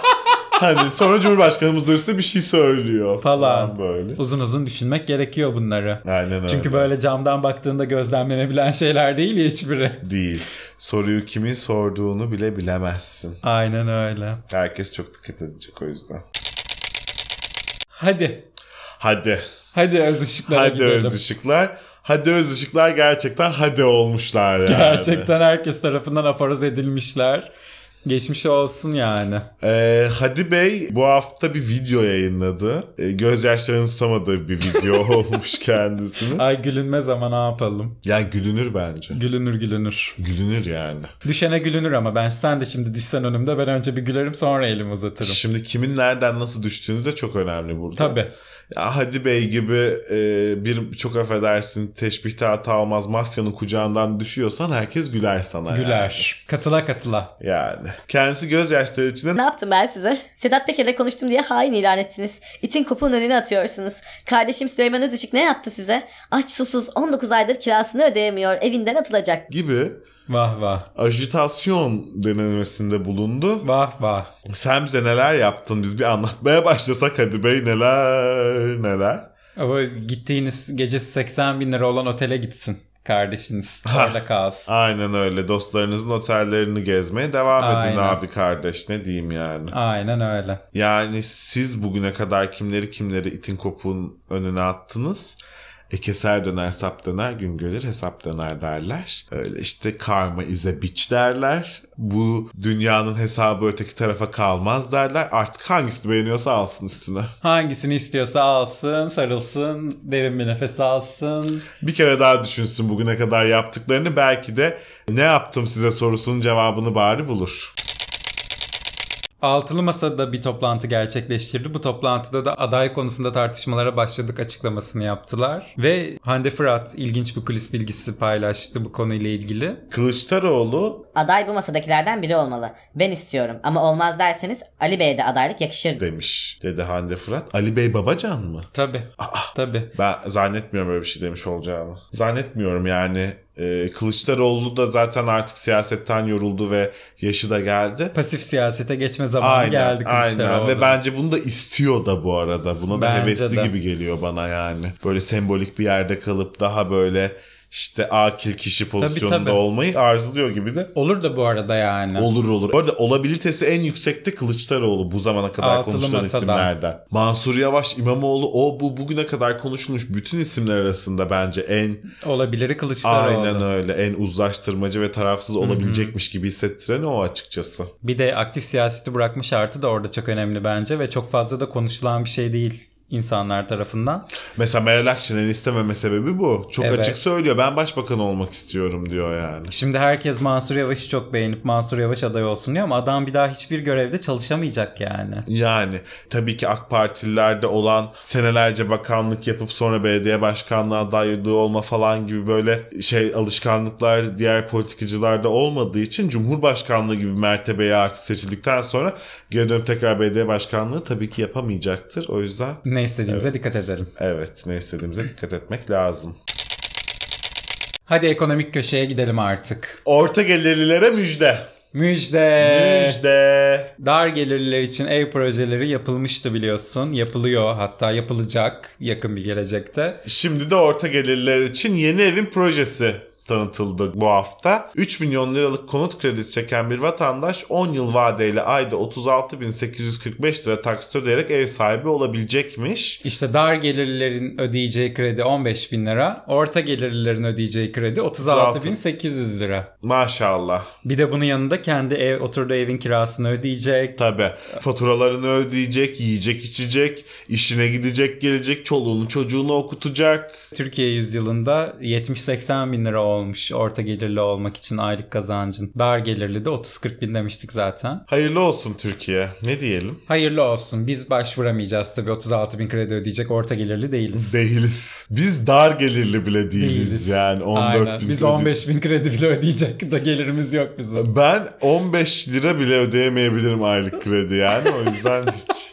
D: Hani sonra Cumhurbaşkanımız da üstüne bir şey söylüyor.
C: Falan.
D: böyle.
C: Uzun uzun düşünmek gerekiyor bunları.
D: Aynen öyle.
C: Çünkü böyle camdan baktığında gözlemlenebilen şeyler değil ya hiçbiri.
D: Değil. Soruyu kimin sorduğunu bile bilemezsin.
C: Aynen öyle.
D: Herkes çok dikkat edecek o yüzden.
C: Hadi.
D: Hadi.
C: Hadi öz ışıklara
D: Hadi
C: gidelim.
D: öz ışıklar. Hadi öz ışıklar gerçekten hadi olmuşlar yani.
C: Gerçekten herkes tarafından aforoz edilmişler. Geçmiş olsun yani.
D: Ee, Hadi Bey bu hafta bir video yayınladı. Ee, gözyaşlarını tutamadığı bir video olmuş kendisinin.
C: Ay gülünmez ama ne yapalım.
D: Yani gülünür bence.
C: Gülünür gülünür.
D: Gülünür yani.
C: Düşene gülünür ama ben sen de şimdi düşsen önümde ben önce bir gülerim sonra elimi uzatırım.
D: Şimdi kimin nereden nasıl düştüğünü de çok önemli burada.
C: Tabii.
D: Ya Hadi Bey gibi e, bir çok affedersin teşbihte hata olmaz mafyanın kucağından düşüyorsan herkes güler sana.
C: Güler. Katıla katıla.
D: Yani. yani. Kendisi gözyaşları içinde
E: Ne yaptım ben size? Sedat Peker'le konuştum diye hain ilan ettiniz. İtin kopuğun önüne atıyorsunuz. Kardeşim Süleyman Özışık ne yaptı size? Aç susuz 19 aydır kirasını ödeyemiyor. Evinden atılacak.
D: gibi
C: Vah vah.
D: ajitasyon denemesinde bulundu.
C: Vah vah.
D: Sen bize neler yaptın biz bir anlatmaya başlasak hadi bey neler neler.
C: Ama gittiğiniz gecesi 80 bin lira olan otele gitsin kardeşiniz.
D: Ha.
C: Orada kalsın.
D: Aynen öyle dostlarınızın otellerini gezmeye devam edin
C: Aynen.
D: abi kardeş ne diyeyim yani.
C: Aynen öyle.
D: Yani siz bugüne kadar kimleri kimleri itin kopuğun önüne attınız. E keser döner sap döner gün gelir hesap döner derler. Öyle işte karma ize biç derler. Bu dünyanın hesabı öteki tarafa kalmaz derler. Artık hangisini beğeniyorsa alsın üstüne.
C: Hangisini istiyorsa alsın, sarılsın, derin bir nefes alsın.
D: bir kere daha düşünsün bugüne kadar yaptıklarını belki de ne yaptım size sorusunun cevabını bari bulur.
C: Altılı Masa'da bir toplantı gerçekleştirdi. Bu toplantıda da aday konusunda tartışmalara başladık açıklamasını yaptılar. Ve Hande Fırat ilginç bir kulis bilgisi paylaştı bu konuyla ilgili.
D: Kılıçdaroğlu
E: Aday bu masadakilerden biri olmalı. Ben istiyorum ama olmaz derseniz Ali Bey'e de adaylık yakışır.
D: demiş dedi Hande Fırat. Ali Bey Babacan mı?
C: Tabii, tabii.
D: Ben zannetmiyorum böyle bir şey demiş olacağını. Zannetmiyorum yani. Ee, Kılıçdaroğlu da zaten artık siyasetten yoruldu ve yaşı da geldi.
C: Pasif siyasete geçme zamanı geldi Kılıçdaroğlu.
D: Ve bence bunu da istiyor da bu arada. Buna da
C: Bence
D: hevesli
C: de.
D: gibi geliyor bana yani. Böyle sembolik bir yerde kalıp daha böyle işte akil kişi pozisyonunda
C: tabii.
D: olmayı arzuluyor gibi de.
C: Olur da bu arada yani.
D: Olur olur. Bu arada olabilitesi en yüksekte Kılıçdaroğlu bu zamana kadar
C: Altılı
D: konuşulan
C: Masa'dan.
D: isimlerden. Mansur Yavaş, İmamoğlu o bu bugüne kadar konuşulmuş bütün isimler arasında bence en
C: Olabilir Kılıçdaroğlu.
D: aynen öyle en uzlaştırmacı ve tarafsız olabilecekmiş gibi hissettiren o açıkçası.
C: Bir de aktif siyaseti bırakma şartı da orada çok önemli bence ve çok fazla da konuşulan bir şey değil insanlar tarafından.
D: Mesela Meral Akşener'in istememe sebebi bu. Çok
C: Evet.
D: açık söylüyor. Ben başbakan olmak istiyorum diyor yani.
C: Şimdi herkes Mansur Yavaş'ı çok beğenip Mansur Yavaş aday olsun diyor ama adam bir daha hiçbir görevde çalışamayacak yani.
D: Yani tabii ki AK Partililerde olan senelerce bakanlık yapıp sonra belediye başkanlığı adaylığı olma falan gibi böyle şey alışkanlıklar diğer politikacılarda olmadığı için Cumhurbaşkanlığı gibi mertebeye artık seçildikten sonra geri dönüp tekrar belediye başkanlığı tabii ki yapamayacaktır. O yüzden
C: Ne istediğimize dikkat edelim.
D: evet ne istediğimize dikkat etmek lazım.
C: Hadi ekonomik köşeye gidelim artık.
D: Orta gelirlilere müjde.
C: Müjde.
D: Müjde.
C: Dar gelirliler için ev projeleri yapılmıştı biliyorsun. Yapılıyor hatta yapılacak yakın bir gelecekte.
D: Şimdi de orta gelirler için yeni evin projesi tanıtıldı bu hafta. 3 milyon liralık konut kredisi çeken bir vatandaş 10 yıl vadeyle ayda 36.845 lira taksit ödeyerek ev sahibi olabilecekmiş.
C: İşte dar gelirlilerin ödeyeceği kredi 15 bin lira. Orta gelirlilerin ödeyeceği kredi 36 bin 800 lira.
D: Maşallah.
C: Bir de bunun yanında kendi ev, oturduğu evin kirasını ödeyecek.
D: Tabi. Faturalarını ödeyecek, yiyecek, içecek, işine gidecek, gelecek, çoluğunu çocuğunu okutacak.
C: Türkiye yüzyılında 70-80 bin lira olmuş orta gelirli olmak için aylık kazancın. Dar gelirli de 30-40 bin demiştik zaten.
D: Hayırlı olsun Türkiye. Ne diyelim?
C: Hayırlı olsun. Biz başvuramayacağız tabii 36 bin kredi ödeyecek orta gelirli değiliz.
D: Değiliz. Biz dar gelirli bile değiliz, yani. 14
C: Aynen.
D: bin
C: Biz
D: kredi-
C: 15 bin kredi bile ödeyecek da gelirimiz yok bizim.
D: Ben 15 lira bile ödeyemeyebilirim aylık kredi yani o yüzden hiç.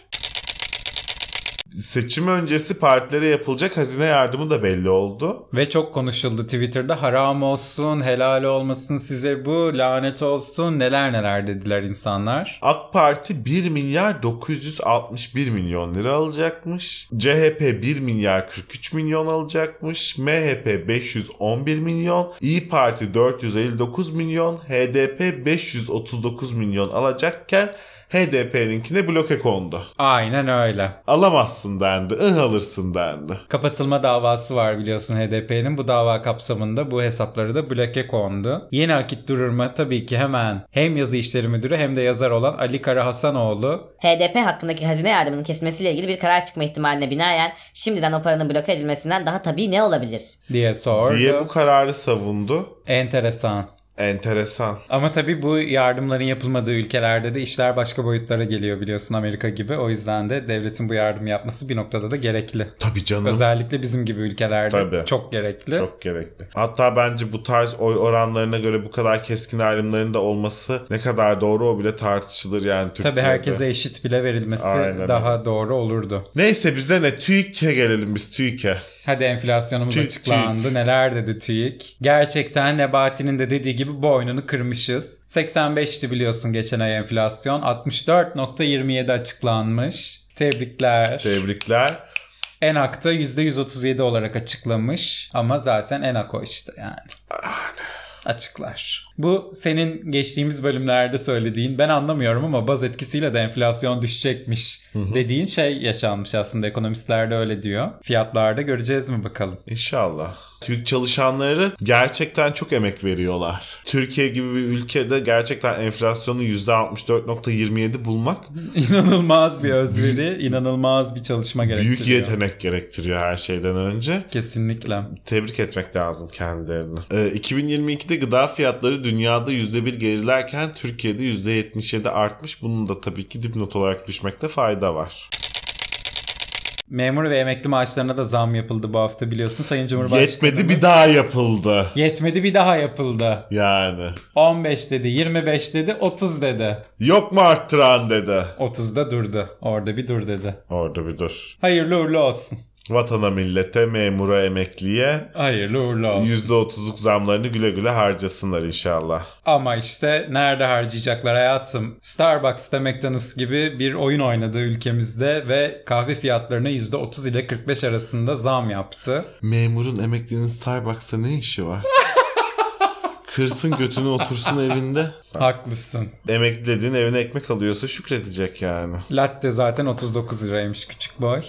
D: Seçim öncesi partilere yapılacak hazine yardımı da belli oldu.
C: Ve çok konuşuldu Twitter'da haram olsun, helal olmasın size bu, lanet olsun neler neler dediler insanlar.
D: AK Parti 1 milyar 961 milyon lira alacakmış. CHP 1 milyar 43 milyon alacakmış. MHP 511 milyon. İyi Parti 459 milyon. HDP 539 milyon alacakken HDP'ninkine bloke kondu.
C: Aynen öyle.
D: Alamazsın dendi, ıh alırsın dendi.
C: Kapatılma davası var biliyorsun HDP'nin. Bu dava kapsamında bu hesapları da bloke kondu. Yeni akit dururma tabii ki hemen hem yazı işleri müdürü hem de yazar olan Ali Kara Hasanoğlu
E: HDP hakkındaki hazine yardımının kesilmesiyle ilgili bir karar çıkma ihtimaline binaen şimdiden o paranın bloke edilmesinden daha tabii ne olabilir?
C: diye sordu.
D: diye bu kararı savundu.
C: Enteresan.
D: Enteresan.
C: Ama tabii bu yardımların yapılmadığı ülkelerde de işler başka boyutlara geliyor biliyorsun Amerika gibi. O yüzden de devletin bu yardımı yapması bir noktada da gerekli.
D: Tabii canım.
C: Özellikle bizim gibi ülkelerde
D: Tabii.
C: çok gerekli.
D: Çok gerekli. Hatta bence bu tarz oy oranlarına göre bu kadar keskin ayrımların da olması ne kadar doğru o bile tartışılır yani Türkiye'de.
C: Tabii herkese eşit bile verilmesi
D: Aynen
C: daha doğru olurdu.
D: Neyse bize ne TÜİK'e gelelim biz TÜİK'e.
C: Hadi enflasyonumuz
D: TÜİK,
C: açıklandı.
D: TÜİK.
C: Neler dedi TÜİK? Gerçekten Nebati'nin de dediği gibi boynunu kırmışız. 85'ti biliyorsun geçen ay enflasyon. 64.27 açıklanmış. Tebrikler.
D: Tebrikler.
C: Enak'ta %137 olarak açıklamış ama zaten Enak o işte yani. Açıklar. Bu senin geçtiğimiz bölümlerde söylediğin ben anlamıyorum ama baz etkisiyle de enflasyon düşecekmiş dediğin şey yaşanmış aslında ekonomistler de öyle diyor. Fiyatlarda göreceğiz mi bakalım.
D: İnşallah. TÜİK çalışanları gerçekten çok emek veriyorlar. Türkiye gibi bir ülkede gerçekten enflasyonu %64.27 bulmak
C: İnanılmaz bir özveri, inanılmaz bir çalışma gerektiriyor.
D: büyük yetenek gerektiriyor her şeyden önce.
C: Kesinlikle.
D: tebrik etmek lazım kendilerini. Ee, 2022'de gıda fiyatları dünyada %1 gerilerken Türkiye'de %77 artmış. Bunun da tabii ki dipnot olarak düşmekte fayda var.
C: Memur ve emekli maaşlarına da zam yapıldı bu hafta biliyorsun Sayın Cumhurbaşkanımız.
D: Yetmedi bir daha yapıldı.
C: Yetmedi bir daha yapıldı.
D: Yani.
C: 15 dedi, 25 dedi, 30 dedi.
D: Yok mu arttıran dedi.
C: 30'da durdu. Orada bir dur dedi.
D: Orada bir dur.
C: Hayırlı uğurlu olsun.
D: Vatana millete, memura, emekliye
C: Hayırlı uğurlu olsun.
D: %30'luk zamlarını güle güle harcasınlar inşallah.
C: Ama işte nerede harcayacaklar hayatım? Starbucks'ta McDonald's gibi bir oyun oynadı ülkemizde ve kahve fiyatlarına %30 ile 45 arasında zam yaptı.
D: Memurun emeklinin Starbucks'ta ne işi var? Kırsın götünü otursun evinde.
C: Haklısın.
D: Emekli dediğin evine ekmek alıyorsa şükredecek yani.
C: Latte zaten 39 liraymış küçük boy.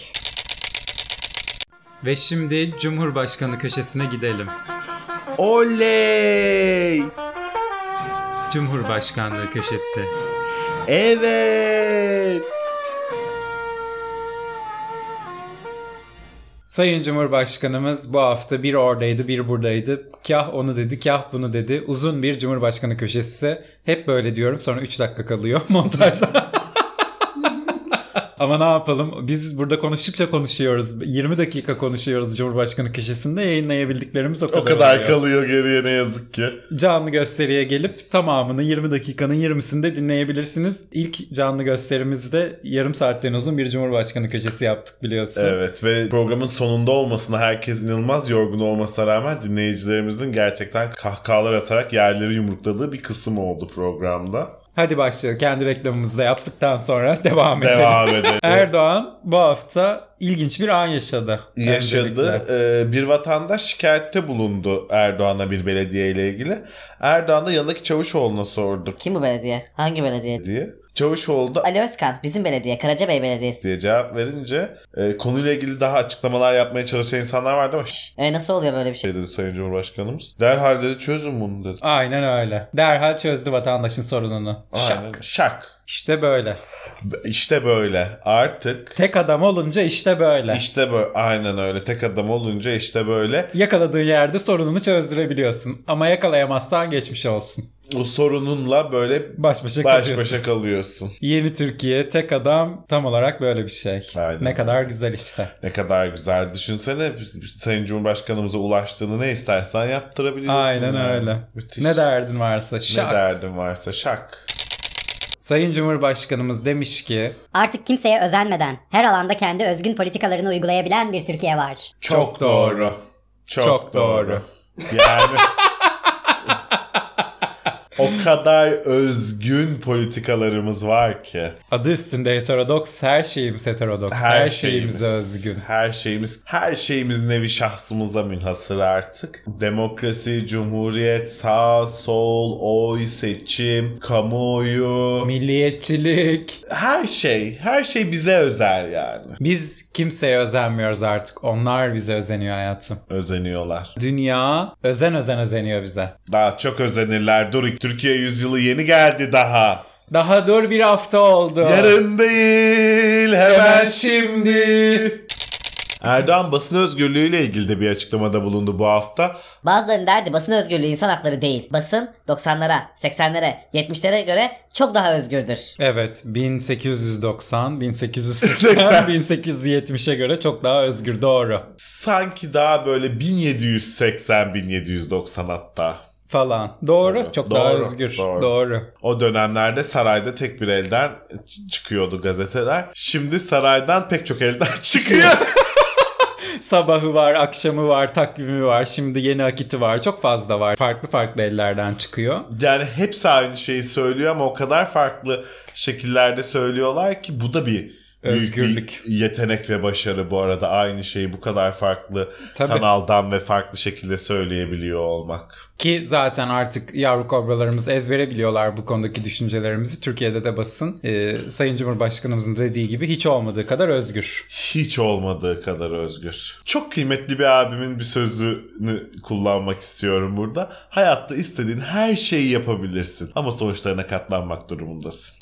C: Ve şimdi Cumhurbaşkanı köşesine gidelim.
G: Oley!
C: Cumhurbaşkanlığı köşesi.
G: Evet!
C: Sayın Cumhurbaşkanımız bu hafta bir oradaydı bir buradaydı. Kah onu dedi kah bunu dedi. Uzun bir Cumhurbaşkanı köşesi. Hep böyle diyorum sonra 3 dakika kalıyor montajda. Ama ne yapalım biz burada konuştukça konuşuyoruz. 20 dakika konuşuyoruz Cumhurbaşkanı köşesinde yayınlayabildiklerimiz o kadar,
D: O kadar
C: oluyor.
D: kalıyor geriye ne yazık ki.
C: Canlı gösteriye gelip tamamını 20 dakikanın 20'sinde dinleyebilirsiniz. İlk canlı gösterimizde yarım saatten uzun bir Cumhurbaşkanı köşesi yaptık biliyorsun.
D: Evet ve programın sonunda olmasına herkes inanılmaz yorgun olmasına rağmen dinleyicilerimizin gerçekten kahkahalar atarak yerleri yumrukladığı bir kısım oldu programda.
C: Hadi başlayalım. Kendi reklamımızı da yaptıktan sonra devam edelim.
D: Devam edelim.
C: Er- Erdoğan bu hafta ilginç bir an yaşadı.
D: yaşadı.
C: Öncelikle.
D: Ee, bir vatandaş şikayette bulundu Erdoğan'a bir belediye ile ilgili. Erdoğan da yanındaki Çavuşoğlu'na sordu
E: Kim bu belediye? Hangi belediye?
D: diye. Çavuşoğlu da
E: Ali Özkan bizim belediye Karacabey Belediyesi.
D: diye cevap verince e, konuyla ilgili daha açıklamalar yapmaya çalışan insanlar vardı ama "Şşş!"
E: E, nasıl oluyor böyle bir şey?
D: şey dedi Sayın Cumhurbaşkanımız. Derhal dedi çözün bunu dedi.
C: Aynen öyle. Derhal çözdü vatandaşın sorununu.
D: Aynen.
C: Şak.
D: Şak.
C: İşte böyle.
D: İşte böyle. Artık
C: Tek adam olunca işte böyle.
D: işte böyle. Aynen öyle. Tek adam olunca işte böyle.
C: Yakaladığın yerde sorununu çözdürebiliyorsun. Ama yakalayamazsan geçmiş olsun.
D: O sorununla böyle
C: Baş başa
D: baş
C: kalıyorsun.
D: başa kalıyorsun.
C: Yeni Türkiye tek adam tam olarak böyle bir şey.
D: Aynen.
C: Ne kadar güzel işte.
D: Ne kadar güzel. Düşünsene Sayın Cumhurbaşkanımıza ulaştığını ne istersen yaptırabiliyorsun.
C: Aynen
D: yani.
C: öyle.
D: Müthiş.
C: Ne derdin varsa
D: Ne
C: şak.
D: derdin varsa şak.
C: Sayın Cumhurbaşkanımız demiş ki
F: Artık kimseye özenmeden her alanda kendi özgün politikalarını uygulayabilen bir Türkiye var.
D: Çok,
C: doğru.
D: Çok,
C: Çok
D: doğru.
C: doğru.
D: Yani o kadar özgün politikalarımız var ki.
C: adı üstünde heterodoks her şeyimiz heterodoks. Her, şeyimiz özgün.
D: Her şeyimiz, her şeyimiz nevi şahsımıza münhasır artık. Demokrasi, cumhuriyet, sağ, sol, oy, seçim, kamuoyu,
C: Milliyetçilik.
D: her şey, her şey bize özel yani.
C: Biz kimseye özenmiyoruz artık. Onlar bize özeniyor hayatım.
D: Özeniyorlar.
C: Dünya özen özen özeniyor bize.
D: Daha çok özenirler. Dur Türkiye yüzyılı yeni geldi daha.
C: Daha dur bir hafta oldu.
D: Yarın değil hemen
C: Hemen
D: şimdi. Erdoğan basın özgürlüğüyle ilgili de bir açıklamada bulundu bu hafta.
E: Bazılarının derdi basın özgürlüğü insan hakları değil. Basın 90'lara, 80'lere, 70'lere göre çok daha özgürdür.
C: Evet 1890, 1880, 1870'e göre çok daha özgür doğru
D: Sanki daha böyle 1780-1790 hatta.
C: falan. Doğru,
D: Doğru,
C: çok daha
D: doğru,
C: özgür.
D: doğru.
C: Doğru.
D: O dönemlerde sarayda tek bir elden ç- çıkıyordu gazeteler. Şimdi saraydan pek çok elden çıkıyor.
C: Sabahı var, akşamı var, takvimi var, şimdi yeni akiti var. Çok fazla var. Farklı farklı ellerden çıkıyor.
D: yani hepsi aynı şeyi söylüyor ama o kadar farklı şekillerde söylüyorlar ki bu da bir büyük
C: Özgürlük.
D: bir yetenek ve başarı bu arada aynı şeyi bu kadar farklı
C: Tabii.
D: kanaldan ve farklı şekilde söyleyebiliyor olmak.
C: Ki zaten artık yavru kobralarımız ezbere biliyorlar bu konudaki düşüncelerimizi. Türkiye'de de basın e, Sayın Cumhurbaşkanımızın dediği gibi hiç olmadığı kadar özgür.
D: Hiç olmadığı kadar özgür. Çok kıymetli bir abimin bir sözünü kullanmak istiyorum burada. Hayatta istediğin her şeyi yapabilirsin ama sonuçlarına katlanmak durumundasın.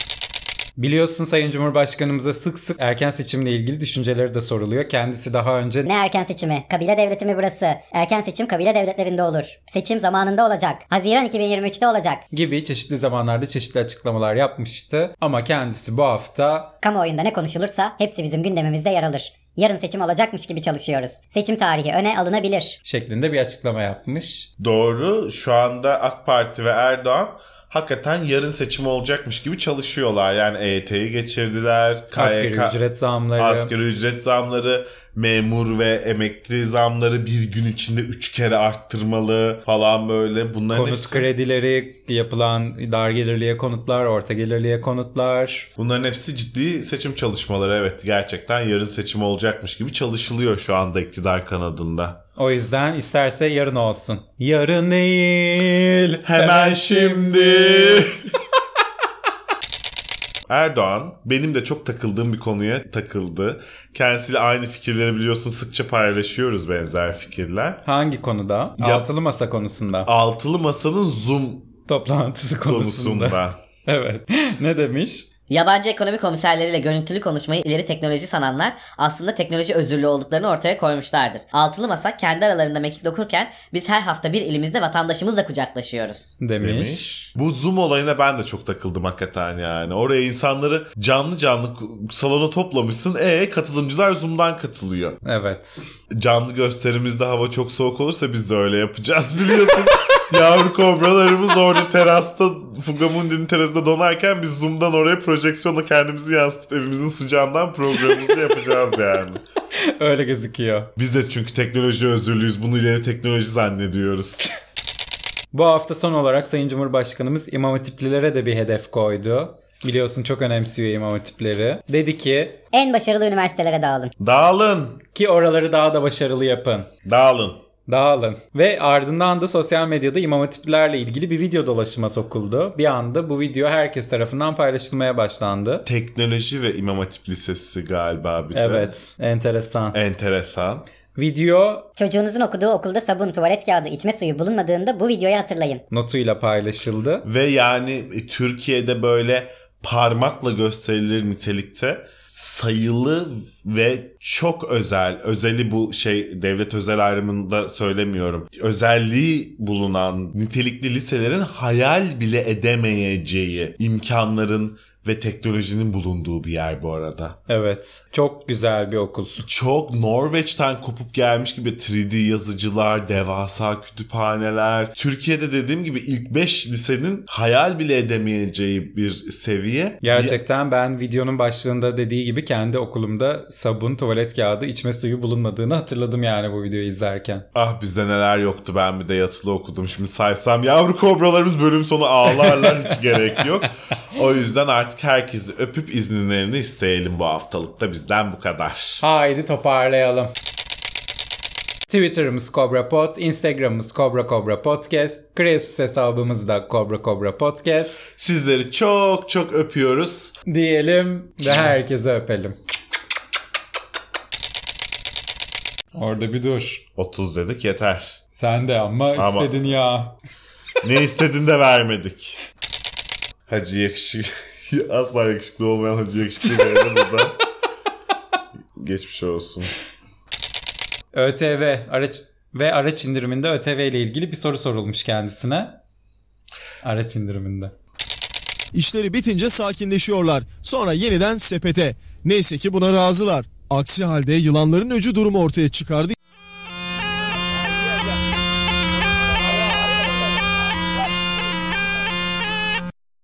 C: Biliyorsun Sayın Cumhurbaşkanımıza sık sık erken seçimle ilgili düşünceleri de soruluyor. Kendisi daha önce
F: Ne erken seçimi? Kabile devleti mi burası? Erken seçim kabile devletlerinde olur. Seçim zamanında olacak. Haziran 2023'te olacak.
C: gibi çeşitli zamanlarda çeşitli açıklamalar yapmıştı. Ama kendisi bu hafta
F: Kamuoyunda ne konuşulursa hepsi bizim gündemimizde yer alır. Yarın seçim olacakmış gibi çalışıyoruz. Seçim tarihi öne alınabilir.
C: şeklinde bir açıklama yapmış.
D: Doğru şu anda AK Parti ve Erdoğan hakikaten yarın seçim olacakmış gibi çalışıyorlar. Yani EYT'yi geçirdiler.
C: Asgari
D: KYK
C: ücret zamları.
D: Asgari ücret zamları, memur ve emekli zamları bir gün içinde 3 kere arttırmalı falan böyle. Bunların
C: Konut
D: hepsi,
C: kredileri yapılan dar gelirliye konutlar, orta gelirliye konutlar.
D: bunların hepsi ciddi seçim çalışmaları. Evet gerçekten yarın seçim olacakmış gibi çalışılıyor şu anda iktidar kanadında.
C: O yüzden isterse yarın olsun. Yarın değil.
D: Hemen şimdi. Erdoğan benim de çok takıldığım bir konuya takıldı. Kendisiyle aynı fikirleri biliyorsun sıkça paylaşıyoruz benzer fikirler.
C: Hangi konuda?
D: Ya-
C: Altılı masa konusunda.
D: Altılı Masa'nın Zoom
C: Toplantısı konusunda.
D: konusunda.
C: Evet. ne demiş?
E: Yabancı ekonomi komiserleriyle görüntülü konuşmayı ileri teknoloji sananlar aslında teknoloji özürlü olduklarını ortaya koymuşlardır. Altılı Masa kendi aralarında mekik dokurken biz her hafta bir ilimizde vatandaşımızla kucaklaşıyoruz.
C: Demiş.
D: demiş. Bu Zoom olayına ben de çok takıldım hakikaten yani. Oraya insanları canlı canlı salona toplamışsın. E katılımcılar Zoom'dan katılıyor.
C: Evet.
D: Canlı gösterimizde hava çok soğuk olursa biz de öyle yapacağız biliyorsun. Yavru kobralarımız orada terasta Fugamundi'nin terasında donarken biz Zoom'dan oraya projeksiyonla kendimizi yansıtıp evimizin sıcağından programımızı yapacağız yani.
C: Öyle gözüküyor.
D: Biz de çünkü teknoloji özürlüyüz. Bunu ileri teknoloji zannediyoruz.
C: Bu hafta son olarak Sayın Cumhurbaşkanımız İmam Hatiplilere de bir hedef koydu. Biliyorsun çok önemsiyor İmam Hatipleri. Dedi ki
F: En başarılı üniversitelere dağılın.
D: Dağılın.
C: ki oraları daha da başarılı yapın.
D: Dağılın.
C: Dağılın. Ve ardından da sosyal medyada imam hatiplerle ilgili bir video dolaşıma sokuldu. Bir anda bu video herkes tarafından paylaşılmaya başlandı.
D: Teknoloji ve İmam Hatip Lisesi galiba bir de.
C: Evet, enteresan.
D: Enteresan.
C: Video
F: Çocuğunuzun okuduğu okulda sabun, tuvalet kağıdı, içme suyu bulunmadığında bu videoyu hatırlayın.
C: notuyla paylaşıldı.
D: Ve yani e, Türkiye'de böyle parmakla gösterilir nitelikte sayılı ve çok özel, özeli bu şey devlet özel ayrımında söylemiyorum. Özelliği bulunan nitelikli liselerin hayal bile edemeyeceği imkanların ve teknolojinin bulunduğu bir yer bu arada.
C: Evet. Çok güzel bir okul.
D: çok Norveç'ten kopup gelmiş gibi 3D yazıcılar, devasa kütüphaneler. Türkiye'de dediğim gibi ilk 5 lisenin hayal bile edemeyeceği bir seviye.
C: Gerçekten ben videonun başlığında dediği gibi kendi okulumda sabun, tuvalet kağıdı, içme suyu bulunmadığını hatırladım yani bu videoyu izlerken.
D: Ah bizde neler yoktu ben bir de yatılı okudum. Şimdi saysam yavru kobralarımız bölüm sonu ağlarlar hiç gerek yok. O yüzden artık herkesi öpüp izinlerini isteyelim bu haftalıkta bizden bu kadar.
C: Haydi toparlayalım. Twitter'ımız Cobra Pod, Instagram'ımız Cobra Cobra Podcast, Kresus hesabımız da Cobra Cobra Podcast
D: Sizleri çok çok öpüyoruz.
C: diyelim ve herkese öpelim. Orada bir dur.
D: 30 dedik yeter.
C: Sen de ama,
D: Ama-
C: istedin ya.
D: Ne istediğini de vermedik. Hacı yakışık... Asla yakışıklı olmayan hacı yakışıklı verelim buradan. Geçmiş olsun.
C: ÖTV araç ve araç indiriminde ÖTV ile ilgili bir soru sorulmuş kendisine. Araç indiriminde.
B: İşleri bitince sakinleşiyorlar. Sonra yeniden sepete. Neyse ki buna razılar. Aksi halde yılanların öcü durumu ortaya çıkardı.